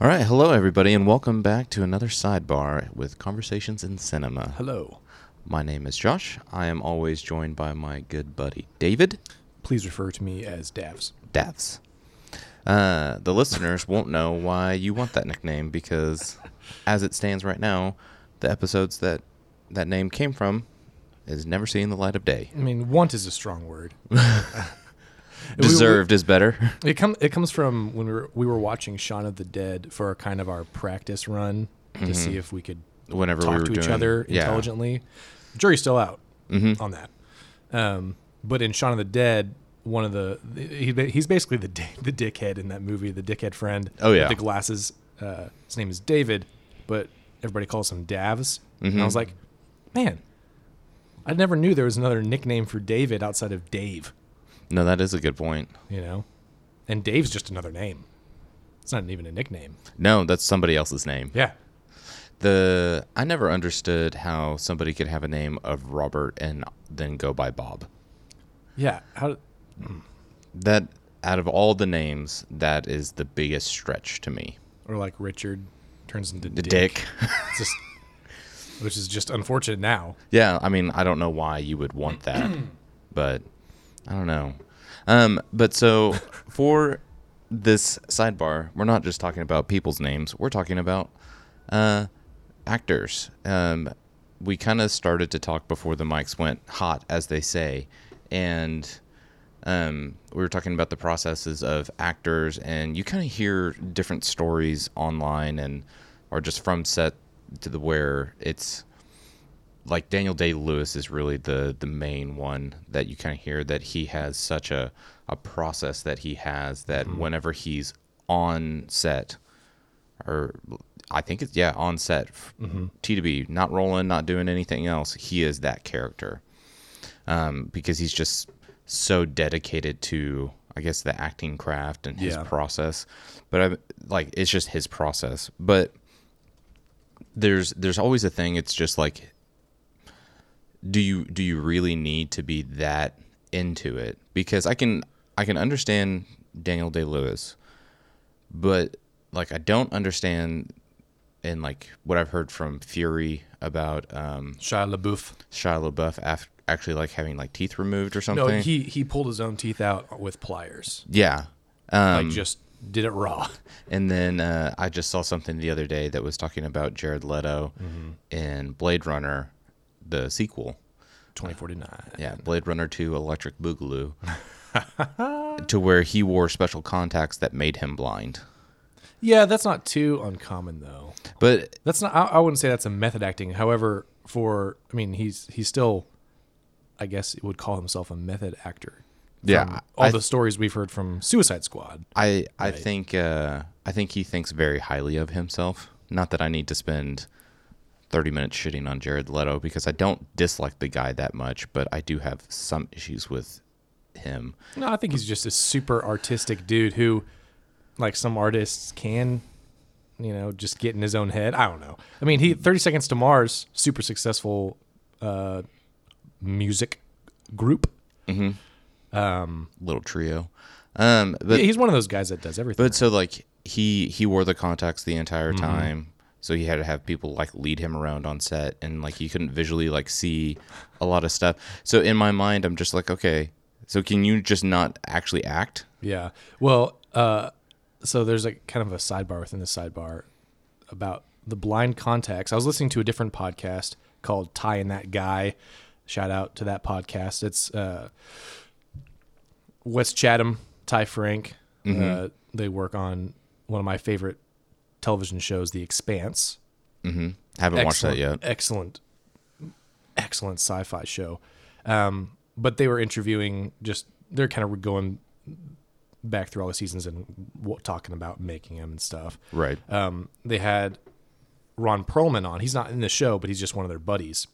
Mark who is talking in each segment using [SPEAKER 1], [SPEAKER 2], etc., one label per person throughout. [SPEAKER 1] All right, hello everybody, and welcome back to another sidebar with Conversations in Cinema.
[SPEAKER 2] Hello.
[SPEAKER 1] My name is Josh. I am always joined by my good buddy David
[SPEAKER 2] Please refer to me as Davs.
[SPEAKER 1] Davs. Uh, the listeners won't know why you want that nickname because, as it stands right now, the episodes that that name came from is never seen the light of day.
[SPEAKER 2] I mean, want is a strong word. We-
[SPEAKER 1] Deserved is better.
[SPEAKER 2] we- it comes. It comes from when we were we were watching Shaun of the Dead for our kind of our practice run to see if we could
[SPEAKER 1] Whenever
[SPEAKER 2] talk
[SPEAKER 1] we were
[SPEAKER 2] to
[SPEAKER 1] doing
[SPEAKER 2] each other
[SPEAKER 1] yeah. Mm-hmm.
[SPEAKER 2] intelligently. Jury's still out on that. Um, but in Shaun of the Dead, one of the he, he's basically the di- the dickhead in that movie, the dickhead friend.
[SPEAKER 1] Oh,
[SPEAKER 2] with
[SPEAKER 1] yeah.
[SPEAKER 2] the glasses. Uh, his name is David, but everybody calls him Davs.
[SPEAKER 1] Mm-hmm.
[SPEAKER 2] And I was like, man, I never knew there was another nickname for David outside of Dave.
[SPEAKER 1] No, that is a good point.
[SPEAKER 2] You know, and Dave's just another name. It's not even a nickname.
[SPEAKER 1] No, that's somebody else's name.
[SPEAKER 2] Yeah.
[SPEAKER 1] The I never understood how somebody could have a name of Robert and then go by Bob.
[SPEAKER 2] Yeah. How?
[SPEAKER 1] That out of all the names, that is the biggest stretch to me.
[SPEAKER 2] Or like Richard turns into
[SPEAKER 1] The Dick.
[SPEAKER 2] It's just, which is just unfortunate now.
[SPEAKER 1] yeah, I mean, I don't know why you would want that, but I don't know. Um, but so for this sidebar, we're not just talking about people's names. We're talking about uh, actors. Um, we kind of started to talk before the mics went hot, as they say, and um, we were talking about the processes of actors, and you kind of hear different stories online and or just from set to the where it's like Daniel Day Lewis is really the the main one that you kind of hear that he has such a a process that he has that whenever he's on set or I think it's yeah on set f- T to B not rolling not doing anything else he is that character um, because he's just so dedicated to I guess the acting craft and his
[SPEAKER 2] Yeah.
[SPEAKER 1] process but I like it's just his process but there's there's always a thing it's just like do you do you really need to be that into it because i can i can understand daniel day lewis but like i don't understand and like what i've heard from fury about um
[SPEAKER 2] Shia LaBeouf.
[SPEAKER 1] shia labeouf af- actually like having like teeth removed or something
[SPEAKER 2] No, he he pulled his own teeth out with pliers.
[SPEAKER 1] yeah
[SPEAKER 2] Like just did it raw.
[SPEAKER 1] And then uh, I just saw something the other day that was talking about Jared Leto
[SPEAKER 2] Mm-hmm.
[SPEAKER 1] in Blade Runner, the sequel.
[SPEAKER 2] Twenty forty nine.
[SPEAKER 1] Yeah, Blade Runner 2 Electric Boogaloo. to where he wore special contacts that made him blind.
[SPEAKER 2] Yeah, that's not too uncommon though.
[SPEAKER 1] But
[SPEAKER 2] That's not. I, I wouldn't say that's a method acting. However, for I mean, he's he's still, I guess, would call himself a method actor.
[SPEAKER 1] Yeah,
[SPEAKER 2] From all
[SPEAKER 1] I-
[SPEAKER 2] the stories we've heard from Suicide Squad.
[SPEAKER 1] I I think uh, I think he thinks very highly of himself. Not that I need to spend 30 minutes shitting on Jared Leto because I don't dislike the guy that much, but I do have some issues with him.
[SPEAKER 2] No, I think he's just a super artistic dude who, like some artists, can, you know, just get in his own head. I don't know. I mean, he Thirty Seconds to Mars, super successful uh, music group.
[SPEAKER 1] Little trio. Um, but
[SPEAKER 2] he's one of those guys that does everything.
[SPEAKER 1] But so like he he wore the contacts the entire
[SPEAKER 2] Mm-hmm.
[SPEAKER 1] time, so he had to have people like lead him around on set, and like he couldn't visually like see a lot of stuff. So in my mind, I'm just like, okay, so can you just not actually act?
[SPEAKER 2] Yeah. Well, uh, so there's like kind of a sidebar within the sidebar about the blind contacts. I was listening to a different podcast called Ty and That Guy. Shout out to that podcast. It's uh, West Chatham, Ty Frank. Uh, they work on one of my favorite television shows, The Expanse.
[SPEAKER 1] Haven't watched that yet.
[SPEAKER 2] Excellent, excellent sci-fi show. Um, but they were interviewing just they're kind of going back through all the seasons and w- talking about making them and stuff.
[SPEAKER 1] Right.
[SPEAKER 2] Um, they had Ron Perlman on. He's not in the show, but he's just one of their buddies.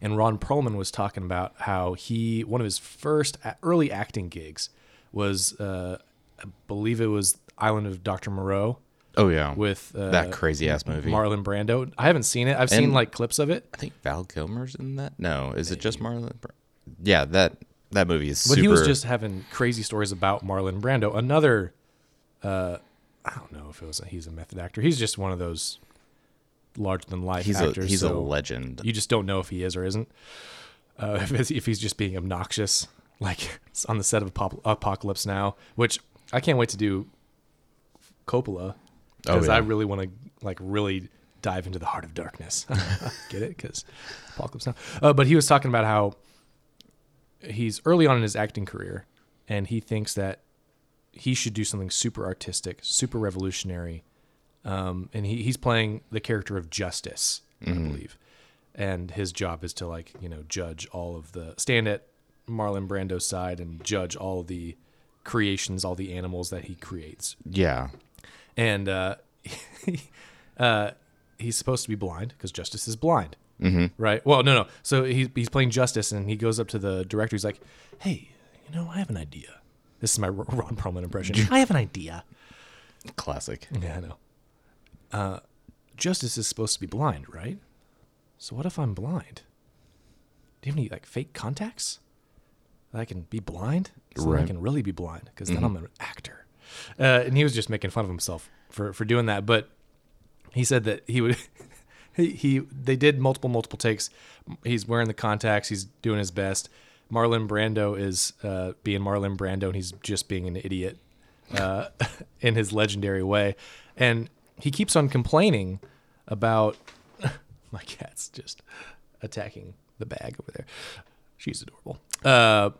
[SPEAKER 2] And Ron Perlman was talking about how he one of his first a- early acting gigs was uh, I believe it was Island of Dr. Moreau
[SPEAKER 1] Oh yeah.
[SPEAKER 2] with uh,
[SPEAKER 1] that crazy ass movie.
[SPEAKER 2] Marlon Brando. I haven't seen it. I've seen
[SPEAKER 1] And-
[SPEAKER 2] like clips of it,
[SPEAKER 1] I think Val Kilmer's in that. No, is it just Marlon? Br- Yeah, that that movie is
[SPEAKER 2] but
[SPEAKER 1] super.
[SPEAKER 2] he was just having crazy stories about Marlon Brando. Another, uh, I don't know if it was a, he's a method actor. He's just one of those larger than life
[SPEAKER 1] He's
[SPEAKER 2] actors.
[SPEAKER 1] a he's a
[SPEAKER 2] so
[SPEAKER 1] legend.
[SPEAKER 2] You just don't know if he is or isn't. Uh, if, it's, if he's just being obnoxious, like it's on the set of Apop- Apocalypse Now, which I can't wait to do Coppola
[SPEAKER 1] Oh,
[SPEAKER 2] because
[SPEAKER 1] yeah.
[SPEAKER 2] I really want to like really dive into the heart of darkness. Get it? Because Apocalypse Now. Uh, but he was talking about how he's early on in his acting career, and he thinks that he should do something super artistic, super revolutionary. Um, and he, he's playing the character of Justice,
[SPEAKER 1] Mm-hmm.
[SPEAKER 2] I believe. And his job is to like you know judge all of the stand at Marlon Brando's side and judge all the creations, all the animals that he creates
[SPEAKER 1] Yeah.
[SPEAKER 2] and uh, uh, he's supposed to be blind because Justice is blind, mm-hmm. right? Well, no, no. So he's he's playing Justice, and he goes up to the director. He's like, "Hey, you know, I have an idea. This is my Ro- Ron Perlman impression. I have an idea.
[SPEAKER 1] Classic.
[SPEAKER 2] Yeah, I know. Uh, Justice is supposed to be blind, right? So what if I'm blind? Do you have any like fake contacts? That I can be blind? So then I
[SPEAKER 1] Right.
[SPEAKER 2] can really be blind because then I'm an actor. Uh, and he was just making fun of himself for for doing that, but he said that he would. He, he they did multiple multiple takes. He's wearing the contacts. He's doing his best. Marlon Brando is uh, being Marlon Brando, and he's just being an idiot uh, in his legendary way. And he keeps on complaining about my cat's just attacking the bag over there. She's adorable. Uh,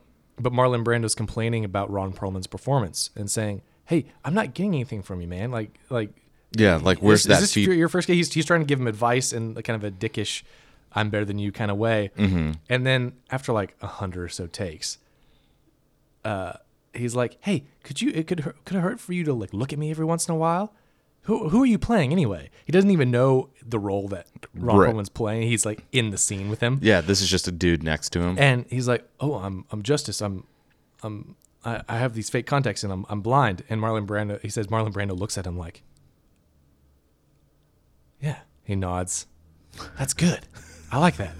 [SPEAKER 2] but Marlon Brando's complaining about Ron Perlman's performance and saying, "Hey, I'm not getting anything from you, man. Like, like,
[SPEAKER 1] Yeah, like where's
[SPEAKER 2] is,
[SPEAKER 1] that
[SPEAKER 2] is this
[SPEAKER 1] feed-
[SPEAKER 2] your, your first guy? He's he's trying to give him advice in a kind of a dickish, I'm better than you kind of way.
[SPEAKER 1] Mm-hmm.
[SPEAKER 2] And then after like a hundred or so takes, uh, he's like, "Hey, could you? It could hurt, could it hurt for you to like look at me every once in a while? Who who are you playing anyway? He doesn't even know the role that Ron
[SPEAKER 1] Right.
[SPEAKER 2] Perlman's playing. He's like in the scene with him,
[SPEAKER 1] Yeah, this is just a dude next to him.
[SPEAKER 2] and he's like, "Oh, I'm I'm Justice. I'm I'm I, I have these fake contacts and I'm I'm blind." And Marlon Brando, he says, Marlon Brando looks at him like, "Yeah." He nods. That's good. I like that.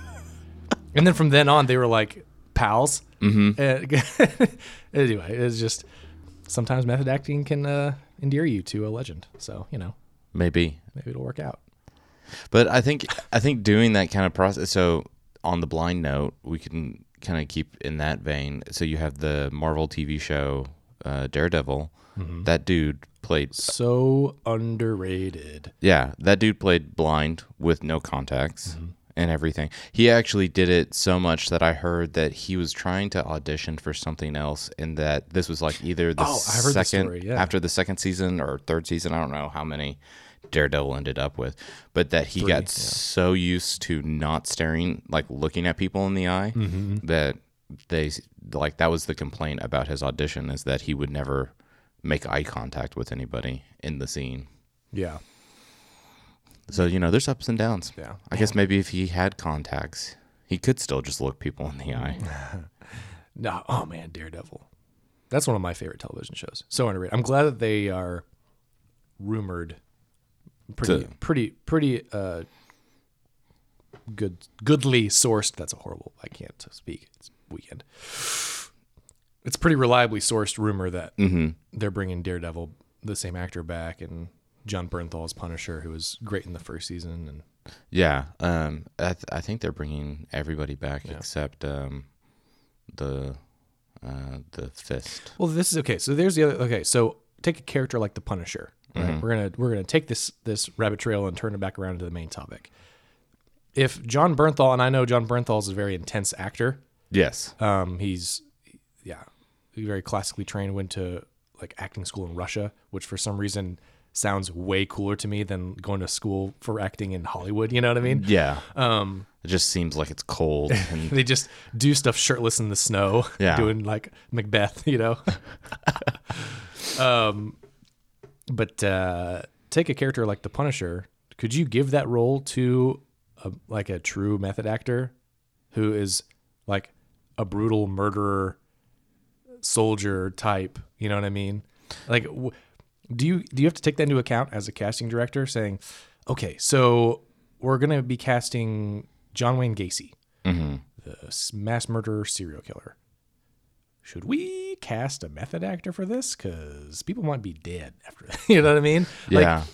[SPEAKER 2] And then from then on, they were like pals. Mm-hmm. anyway, it's just sometimes method acting can uh, endear you to a legend. So you know,
[SPEAKER 1] Maybe.
[SPEAKER 2] maybe it'll work out.
[SPEAKER 1] But I think I think doing that kind of process. So on the blind note, we can kind of keep in that vein. So you have the Marvel TV show uh, Daredevil. That dude played.
[SPEAKER 2] So underrated.
[SPEAKER 1] Yeah, that dude played blind with no contacts
[SPEAKER 2] Mm-hmm.
[SPEAKER 1] and everything. He actually did it so much that I heard that he was trying to audition for something else, and that this was like either the
[SPEAKER 2] Oh, I heard this
[SPEAKER 1] second
[SPEAKER 2] story, yeah.
[SPEAKER 1] after the second season or third season. I don't know how many Daredevil ended up with, but that he got so used to not staring, like looking at people in the eye,
[SPEAKER 2] Mm-hmm.
[SPEAKER 1] that they like that was the complaint about his audition is that he would never make eye contact with anybody in the scene.
[SPEAKER 2] Yeah.
[SPEAKER 1] So you know, there's ups and downs.
[SPEAKER 2] Yeah.
[SPEAKER 1] I guess maybe if he had contacts, he could still just look people in the eye.
[SPEAKER 2] No, oh man, Daredevil. That's one of my favorite television shows. So underrated. I'm glad that they are rumored pretty
[SPEAKER 1] To-
[SPEAKER 2] pretty pretty uh good goodly sourced. That's a horrible. I can't speak. It's weekend. It's pretty reliably sourced rumor that they're bringing Daredevil, the same actor back and John Bernthal's Punisher who was great in the first season and
[SPEAKER 1] Yeah. Um. I, th- I think they're bringing everybody back except um, the uh the fist.
[SPEAKER 2] Well, this is okay. So there's the other. Okay, so take a character like the Punisher. Right? We're gonna we're gonna take this this rabbit trail and turn it back around to the main topic. If John Bernthal and I know John Bernthal is a very intense actor.
[SPEAKER 1] Yes.
[SPEAKER 2] Um, he's yeah, he very classically trained. Went to like acting school in Russia, which for some reason sounds way cooler to me than going to school for acting in Hollywood. You know what I mean?
[SPEAKER 1] Yeah. Um. It just seems like it's cold. And,
[SPEAKER 2] They just do stuff shirtless in the snow,
[SPEAKER 1] Yeah.
[SPEAKER 2] doing like Macbeth, you know. um, but uh, take a character like the Punisher. Could you give that role to a, like a true method actor who is like a brutal murderer, soldier type? You know what I mean? Like, w- do you do you have to take that into account as a casting director? Saying, okay, so we're gonna be casting John Wayne Gacy the s- mass murderer serial killer. Should we cast a method actor for this? Because people might be dead after. you know what I mean?
[SPEAKER 1] Yeah.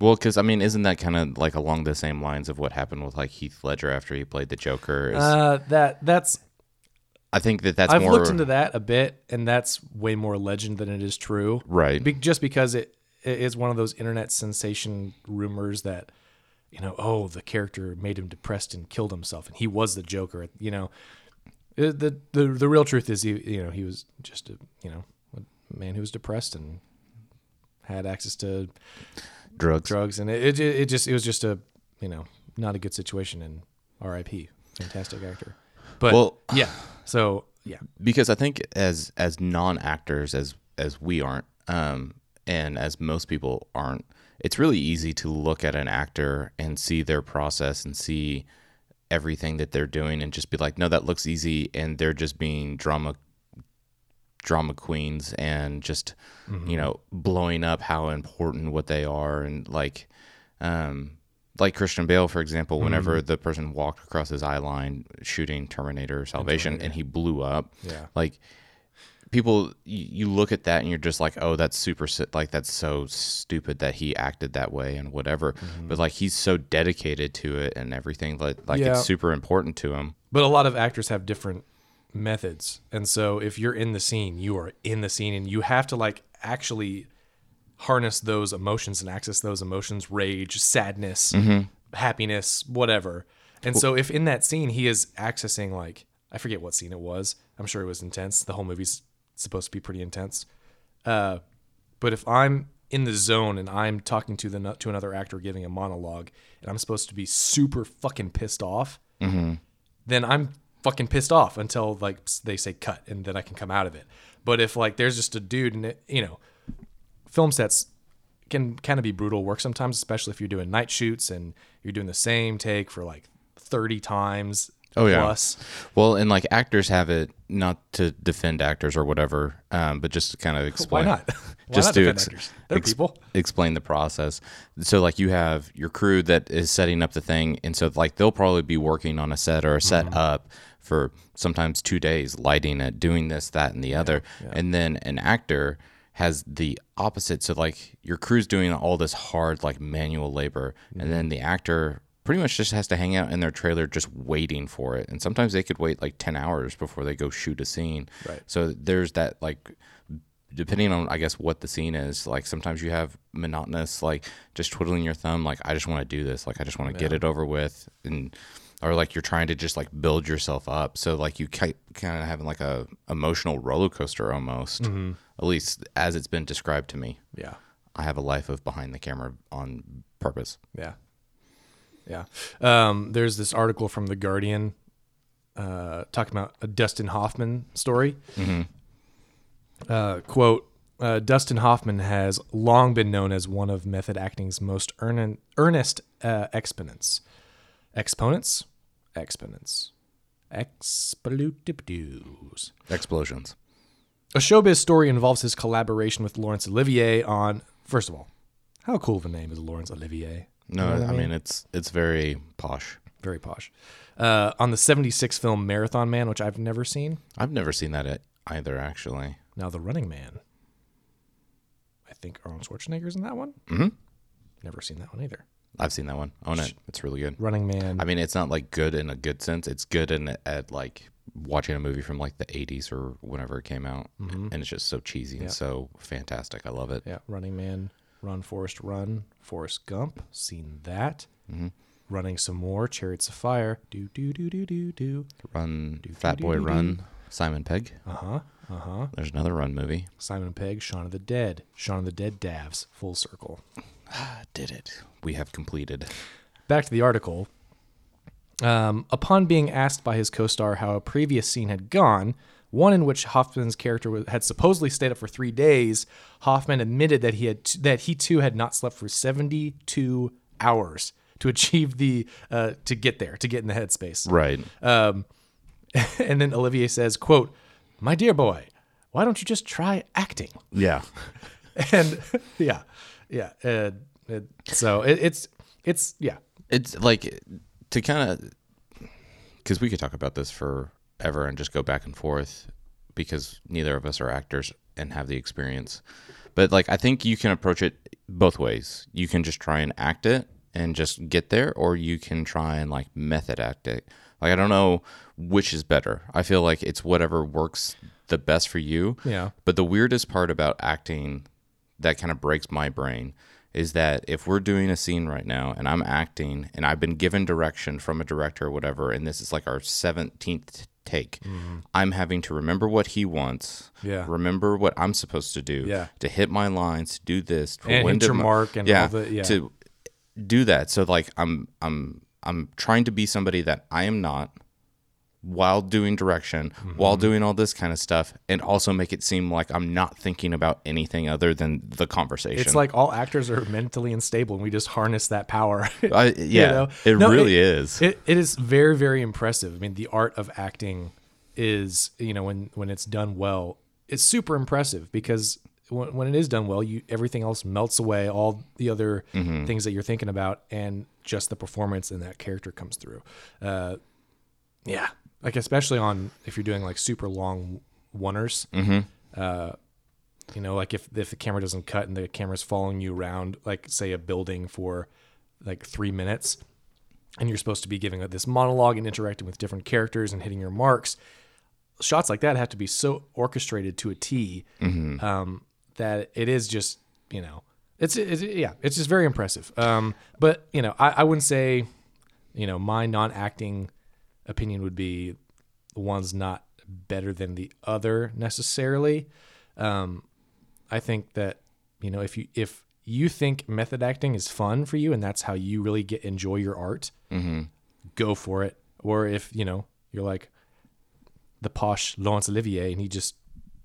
[SPEAKER 1] well, because I mean, isn't that kind of like along the same lines of what happened with like Heath Ledger after he played the Joker? Is-
[SPEAKER 2] Like, uh, that that's
[SPEAKER 1] I think that that's
[SPEAKER 2] I've
[SPEAKER 1] more
[SPEAKER 2] looked into that a bit, and that's way more legend than it is true.
[SPEAKER 1] Right.
[SPEAKER 2] Be- just because it, it is one of those internet sensation rumors that, you know, oh, the character made him depressed and killed himself, and he was the Joker. You know, It- the the the real truth is, he, you know, he was just a you know a man who was depressed and had access to
[SPEAKER 1] drugs.
[SPEAKER 2] drugs, and it it, it just it was just a you know not a good situation. And R.I.P. Fantastic actor, but
[SPEAKER 1] Well-
[SPEAKER 2] yeah. So yeah.
[SPEAKER 1] because I think as as non actors as as we aren't, um, and as most people aren't, it's really easy to look at an actor and see their process and see everything that they're doing and just be like, no, that looks easy, and they're just being drama drama queens and just
[SPEAKER 2] Mm-hmm.
[SPEAKER 1] you know blowing up how important what they are and like um like Christian Bale for example whenever
[SPEAKER 2] Mm-hmm.
[SPEAKER 1] the person walked across his eye line shooting Terminator Salvation and he blew up
[SPEAKER 2] Yeah.
[SPEAKER 1] like people y- you look at that and you're just like oh that's super si- like that's so stupid that he acted that way and whatever
[SPEAKER 2] Mm-hmm.
[SPEAKER 1] but like he's so dedicated to it and everything like like
[SPEAKER 2] Yeah.
[SPEAKER 1] it's super important to him
[SPEAKER 2] But a lot of actors have different methods. And so if you're in the scene, you are in the scene and you have to like actually harness those emotions and access those emotions rage, sadness, happiness, whatever. And so if in that scene he is accessing like I forget what scene it was. I'm sure it was intense. The whole movie's supposed to be pretty intense. Uh, but if I'm in the zone and I'm talking to the to another actor giving a monologue and I'm supposed to be super fucking pissed off,
[SPEAKER 1] Mm-hmm.
[SPEAKER 2] then I'm fucking pissed off until like they say cut and then I can come out of it. But if like there's just a dude and it, you know, film sets can kind of be brutal work sometimes, especially if you're doing night shoots and you're doing the same take for like 30 times
[SPEAKER 1] Oh, yeah.
[SPEAKER 2] plus.
[SPEAKER 1] Well, and like actors have it not to defend actors or whatever, um, but just to kind of
[SPEAKER 2] Why
[SPEAKER 1] explain.
[SPEAKER 2] not? Why
[SPEAKER 1] just
[SPEAKER 2] not
[SPEAKER 1] to
[SPEAKER 2] defend
[SPEAKER 1] ex-
[SPEAKER 2] actors? They're
[SPEAKER 1] ex-
[SPEAKER 2] people.
[SPEAKER 1] explain the process. So like you have your crew that is setting up the thing, and so like they'll probably be working on a set or a set up for sometimes two days, lighting it, doing this, that, and the other, and then an actor has the opposite. So like your crew's doing all this hard like manual labor, and then the actor pretty much just has to hang out in their trailer just waiting for it. And sometimes they could wait like 10 hours before they go shoot a scene.
[SPEAKER 2] Right.
[SPEAKER 1] So there's that like depending on I guess what the scene is, like sometimes you have monotonous like just twiddling your thumb like I just want to do this, like I just want to get it over with and or like you're trying to just like build yourself up. So like you kind of having like a emotional roller coaster almost. At least as it's been described to me.
[SPEAKER 2] Yeah.
[SPEAKER 1] I have a life of behind the camera on purpose.
[SPEAKER 2] Yeah. Yeah. Um, there's this article from The Guardian uh, talking about a Dustin Hoffman story. Uh, quote uh, Dustin Hoffman has long been known as one of method acting's most earn- earnest uh, exponents. Exponents? Exponents. Expolutabdoos.
[SPEAKER 1] Explosions.
[SPEAKER 2] A showbiz story involves his collaboration with Laurence Olivier on, first of all, how cool of a name is Laurence Olivier?
[SPEAKER 1] No, I mean it's it's very posh.
[SPEAKER 2] very posh. Uh, on the 76 film Marathon Man, which I've never seen.
[SPEAKER 1] I've never seen that e- either, actually.
[SPEAKER 2] Now The Running Man. I think Arnold Schwarzenegger's in that one. Mm-hmm. Never seen that one either.
[SPEAKER 1] I've seen that one. Own it. It's really good.
[SPEAKER 2] Running Man.
[SPEAKER 1] I mean, it's not like good in a good sense. It's good in at like watching a movie from like the '80s or whenever it came out, and it's just so cheesy and so fantastic. I love it.
[SPEAKER 2] yeah, Running Man. Run, Forrest, Run. Forrest Gump. Seen that. Running some more. Chariots of Fire. Do, do, do, do, do, do.
[SPEAKER 1] Run, Fat Boy, Run. Simon Pegg.
[SPEAKER 2] Uh huh. Uh huh.
[SPEAKER 1] There's another Run movie.
[SPEAKER 2] Simon Pegg. Shaun of the Dead. Shaun of the Dead Davs. Full circle.
[SPEAKER 1] I did it. We have completed.
[SPEAKER 2] back to the article. Um, upon being asked by his co star how a previous scene had gone, one in which Hoffman's character was, had supposedly stayed up for three days, Hoffman admitted that he had that he too had not slept for 72 hours to achieve the uh, to get there to get in the headspace
[SPEAKER 1] Right.
[SPEAKER 2] and then olivier says quote my dear boy why don't you just try acting
[SPEAKER 1] yeah.
[SPEAKER 2] and yeah yeah uh, it, so it, it's it's yeah
[SPEAKER 1] it's like to kind of because we could talk about this forever and just go back and forth because neither of us are actors and have the experience. But like I think you can approach it both ways. You can just try and act it and just get there or you can try and like method act it. Like I don't know which is better. I feel like it's whatever works the best for you.
[SPEAKER 2] Yeah.
[SPEAKER 1] But the weirdest part about acting that kind of breaks my brain is that if we're doing a scene right now and I'm acting and I've been given direction from a director or whatever, and this is like our 17th take, I'm having to remember what he wants,
[SPEAKER 2] Mm-hmm. Yeah.
[SPEAKER 1] remember what I'm supposed to do,
[SPEAKER 2] Yeah.
[SPEAKER 1] to hit my lines, to do this, to
[SPEAKER 2] And
[SPEAKER 1] when
[SPEAKER 2] hit
[SPEAKER 1] to
[SPEAKER 2] your
[SPEAKER 1] mo-
[SPEAKER 2] mark and
[SPEAKER 1] yeah,
[SPEAKER 2] all the- yeah.
[SPEAKER 1] to do that. So like I'm I'm I'm trying to be somebody that I am not while doing direction, while
[SPEAKER 2] Mm-hmm.
[SPEAKER 1] doing all this kind of stuff, and also make it seem like I'm not thinking about anything other than the conversation.
[SPEAKER 2] It's like all actors are mentally unstable, and we just harness that power.
[SPEAKER 1] I, yeah,
[SPEAKER 2] know?
[SPEAKER 1] it
[SPEAKER 2] No,
[SPEAKER 1] really
[SPEAKER 2] it-
[SPEAKER 1] is.
[SPEAKER 2] It, it is very, very impressive. I mean, the art of acting is, you know, when when it's done well, it's super impressive because when, when it is done well, you everything else melts away, all the other things that you're thinking about, and just the performance and that character comes through. Uh, yeah, like especially on if you're doing like super long oneers. Uh, you know, like if if the camera doesn't cut and the camera's following you around, like say a building for like three minutes, and you're supposed to be giving this monologue and interacting with different characters and hitting your marks. Shots like that have to be so orchestrated to a T, um, that it is just you know it's, it's yeah it's just very impressive. Um, but you know I, I wouldn't say you know my non acting opinion would be one's not better than the other necessarily. Um, I think that you know if you if you think method acting is fun for you and that's how you really get enjoy your art, go for it. Or if you know you're like the posh Laurence Olivier and he just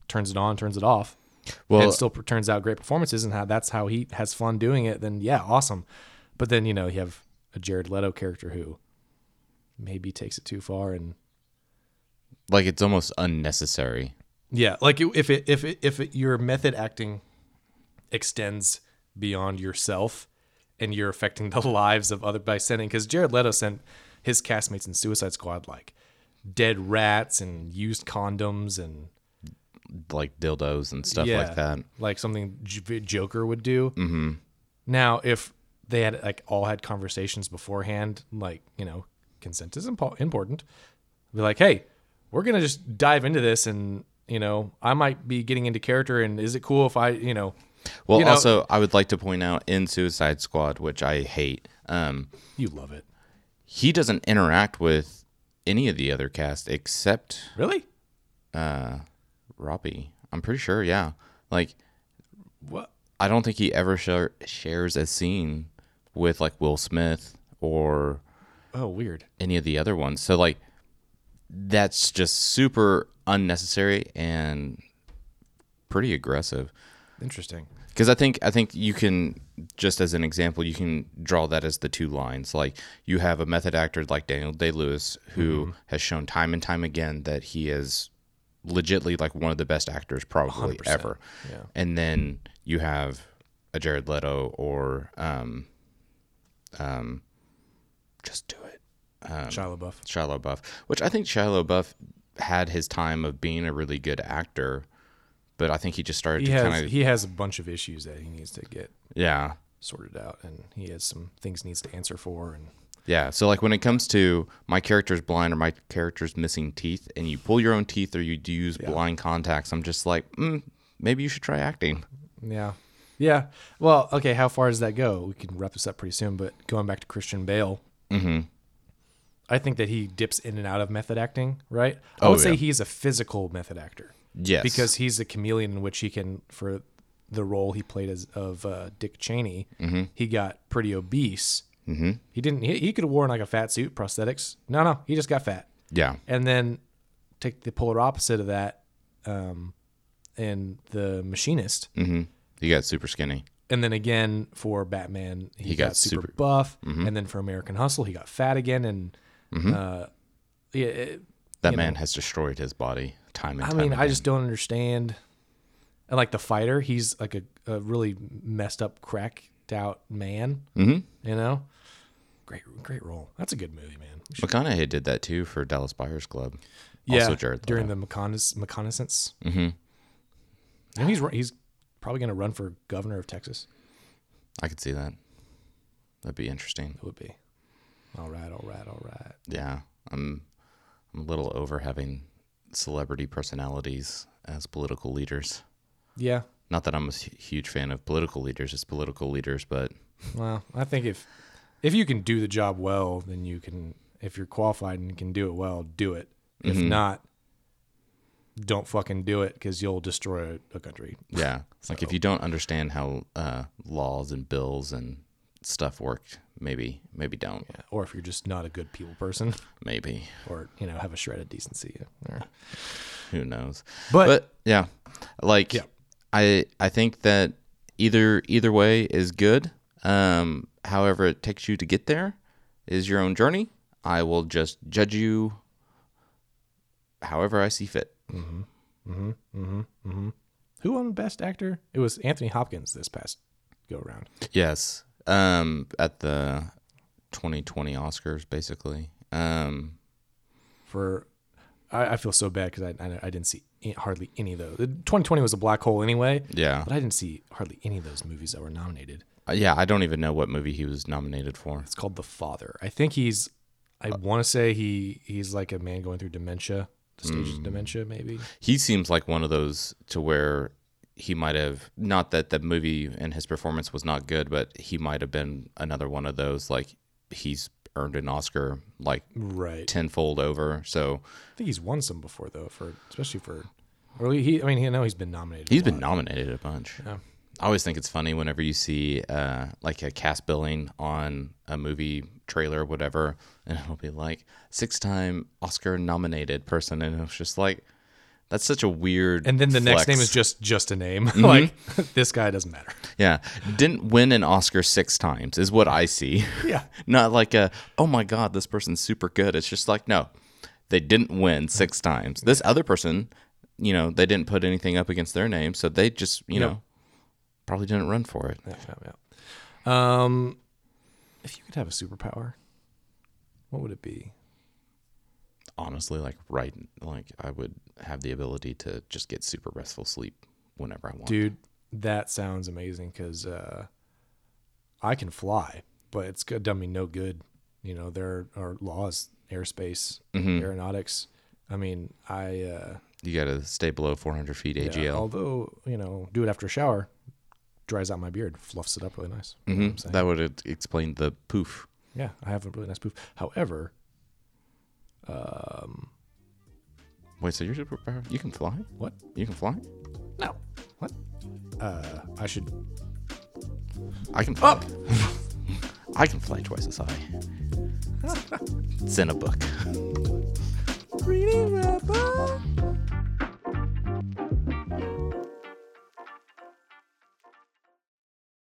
[SPEAKER 2] turns it on, turns it off,
[SPEAKER 1] Well-
[SPEAKER 2] and still p- turns out great performances and how that's how he has fun doing it. Then yeah, awesome. But then you know you have a Jared Leto character who maybe takes it too far and
[SPEAKER 1] Like it's almost unnecessary.
[SPEAKER 2] Yeah, like it- if it if it, if it, your method acting extends beyond yourself and you're affecting the lives of other by sending because Jared Leto sent his castmates in Suicide Squad like dead rats and used condoms and
[SPEAKER 1] Like dildos and stuff
[SPEAKER 2] yeah,
[SPEAKER 1] like that.
[SPEAKER 2] like something J- Joker would do. Mm-hmm. Now, if they had like all had conversations beforehand, like you know, consent is impo- important. Be like, hey, we're gonna just dive into this, and you know, I might be getting into character, and is it cool if I, you know,
[SPEAKER 1] Well,
[SPEAKER 2] you know-
[SPEAKER 1] also, I would like to point out in Suicide Squad, which I hate, um,
[SPEAKER 2] you love it,
[SPEAKER 1] he doesn't interact with any of the other cast except
[SPEAKER 2] really?
[SPEAKER 1] Robbie. I'm pretty sure, yeah. Like,
[SPEAKER 2] What?
[SPEAKER 1] I don't think he ever share, shares a scene with like Will Smith or
[SPEAKER 2] Oh, weird.
[SPEAKER 1] any of the other ones. So like that's just super unnecessary and pretty aggressive.
[SPEAKER 2] Interesting.
[SPEAKER 1] Because I think I think you can just as an example, you can draw that as the two lines. Like you have a method actor like Daniel Day Lewis
[SPEAKER 2] Mm-hmm.
[SPEAKER 1] who has shown time and time again that he is legitly like one of the best actors probably ever.
[SPEAKER 2] yeah.
[SPEAKER 1] And then you have a Jared Leto or um, um, just do it.
[SPEAKER 2] Shia LaBeouf.
[SPEAKER 1] Shia LaBeouf, which I think Shia LaBeouf had his time of being a really good actor, but I think he just started
[SPEAKER 2] He
[SPEAKER 1] to
[SPEAKER 2] has
[SPEAKER 1] kind of
[SPEAKER 2] he has a bunch of issues that he needs to get
[SPEAKER 1] yeah
[SPEAKER 2] sorted out, and he has some things he needs to answer for, and
[SPEAKER 1] yeah. So like when it comes to my character's blind or my character's missing teeth, and you pull your own teeth or you do use blind contacts, I'm just like mm, maybe you should try acting.
[SPEAKER 2] Yeah. Yeah. Well, okay, how far does that go? We can wrap this up pretty soon, but going back to Christian Bale,
[SPEAKER 1] Mm-hmm.
[SPEAKER 2] I think that he dips in and out of method acting, right? I
[SPEAKER 1] Oh,
[SPEAKER 2] would say
[SPEAKER 1] yeah.
[SPEAKER 2] he's a physical method actor
[SPEAKER 1] Yes,
[SPEAKER 2] because he's a chameleon in which he can, for the role he played as of uh, Dick Cheney,
[SPEAKER 1] Mm-hmm.
[SPEAKER 2] he got pretty obese. Mm-hmm. He didn't, he, he could have worn like a fat suit, prosthetics. No, no, he just got fat
[SPEAKER 1] yeah,
[SPEAKER 2] and then take the polar opposite of that um, in the machinist
[SPEAKER 1] hmm he got super skinny.
[SPEAKER 2] and then again for batman he,
[SPEAKER 1] He
[SPEAKER 2] got,
[SPEAKER 1] got
[SPEAKER 2] super,
[SPEAKER 1] super- Mm-hmm.
[SPEAKER 2] buff and then for american hustle he got fat again and uh, yeah, it,
[SPEAKER 1] That man has destroyed his body time and
[SPEAKER 2] i
[SPEAKER 1] time.
[SPEAKER 2] mean i
[SPEAKER 1] again.
[SPEAKER 2] just don't understand and like the fighter he's like a, a really messed up cracked out man mm-hmm. you know great great role that's a good movie man
[SPEAKER 1] McConaughey did that too for Dallas Buyers Club. Also Jared Leto.
[SPEAKER 2] during the McConnaissance. McConnaissance. Mm-hmm. And he's ru- he's probably going to run for governor of Texas.
[SPEAKER 1] I could see that. That'd be interesting.
[SPEAKER 2] It would be. All right, all right, all right.
[SPEAKER 1] Yeah, I'm I'm a little over having celebrity personalities as political leaders.
[SPEAKER 2] Yeah.
[SPEAKER 1] Not that I'm a hu- huge fan of political leaders as political leaders, but
[SPEAKER 2] Well, I think if if you can do the job well, then you can. If you're qualified and can do it well, do it. If
[SPEAKER 1] Mm-hmm.
[SPEAKER 2] not, don't fucking do it because you'll destroy a country.
[SPEAKER 1] yeah, like if you don't understand how uh, laws and bills and stuff work, maybe maybe don't,
[SPEAKER 2] Or if you're just not a good people person,
[SPEAKER 1] maybe
[SPEAKER 2] or you know have a shred of decency. Or-
[SPEAKER 1] who knows.
[SPEAKER 2] But,
[SPEAKER 1] but yeah like
[SPEAKER 2] Yeah.
[SPEAKER 1] i i think that either either way is good um however it takes you to get there is your own journey i will just judge you however i see fit
[SPEAKER 2] who won Best Actor? It was Anthony Hopkins this past go around.
[SPEAKER 1] yes um at the 2020 oscars basically um
[SPEAKER 2] For I, I feel so bad because I, I I didn't see any- hardly any of those. 2020 was a black hole anyway.
[SPEAKER 1] yeah
[SPEAKER 2] But I didn't see hardly any of those movies that were nominated.
[SPEAKER 1] Uh, yeah i don't even know what movie he was nominated for
[SPEAKER 2] It's called The Father. I think he's. I want to say he he's like a man going through dementia, the stage of dementia, maybe.
[SPEAKER 1] he seems like one of those to where he might have not that the movie and his performance was not good, but he might have been another one of those like he's earned an Oscar like
[SPEAKER 2] Right.
[SPEAKER 1] tenfold over. So
[SPEAKER 2] I think he's won some before though, for especially for. Or he, I mean, he, I know he's been nominated.
[SPEAKER 1] he's
[SPEAKER 2] a
[SPEAKER 1] been
[SPEAKER 2] lot.
[SPEAKER 1] nominated a bunch. I always think it's funny whenever you see uh, like a cast billing on a movie trailer or whatever, and it'll be like six time Oscar nominated person, and it's just like that's such a weird.
[SPEAKER 2] And then the next name
[SPEAKER 1] flex.
[SPEAKER 2] is just just a name. like this guy doesn't matter.
[SPEAKER 1] Yeah. Didn't win an Oscar six times is what I see.
[SPEAKER 2] Yeah.
[SPEAKER 1] Not like a, oh my God, this person's super good. It's just like, no, they didn't win six times. This other person, you know, they didn't put anything up against their name. So they just, you
[SPEAKER 2] Yep.
[SPEAKER 1] know, probably didn't run for it.
[SPEAKER 2] Yeah, yeah, yeah. Um, if you could have a superpower, what would it be?
[SPEAKER 1] Honestly, like, right. Like, I would have the ability to just get super restful sleep whenever I want.
[SPEAKER 2] Dude, that sounds amazing because uh, I can fly, but it's good- done me no good. You know, there are laws, airspace, aeronautics. I mean, I, uh,
[SPEAKER 1] You got to stay below 400 feet AGL.
[SPEAKER 2] yeah, although, you know, do it after a shower, dries out my beard, fluffs it up really nice. You know what I'm saying?
[SPEAKER 1] Mm-hmm. that would have explained the poof.
[SPEAKER 2] yeah, I have a really nice poof. However,
[SPEAKER 1] Wait, so you're super You can fly?
[SPEAKER 2] what?
[SPEAKER 1] You can fly?
[SPEAKER 2] No. What? Uh, I should.
[SPEAKER 1] I can fly. I can fly twice as high. it's in a book.
[SPEAKER 2] Reading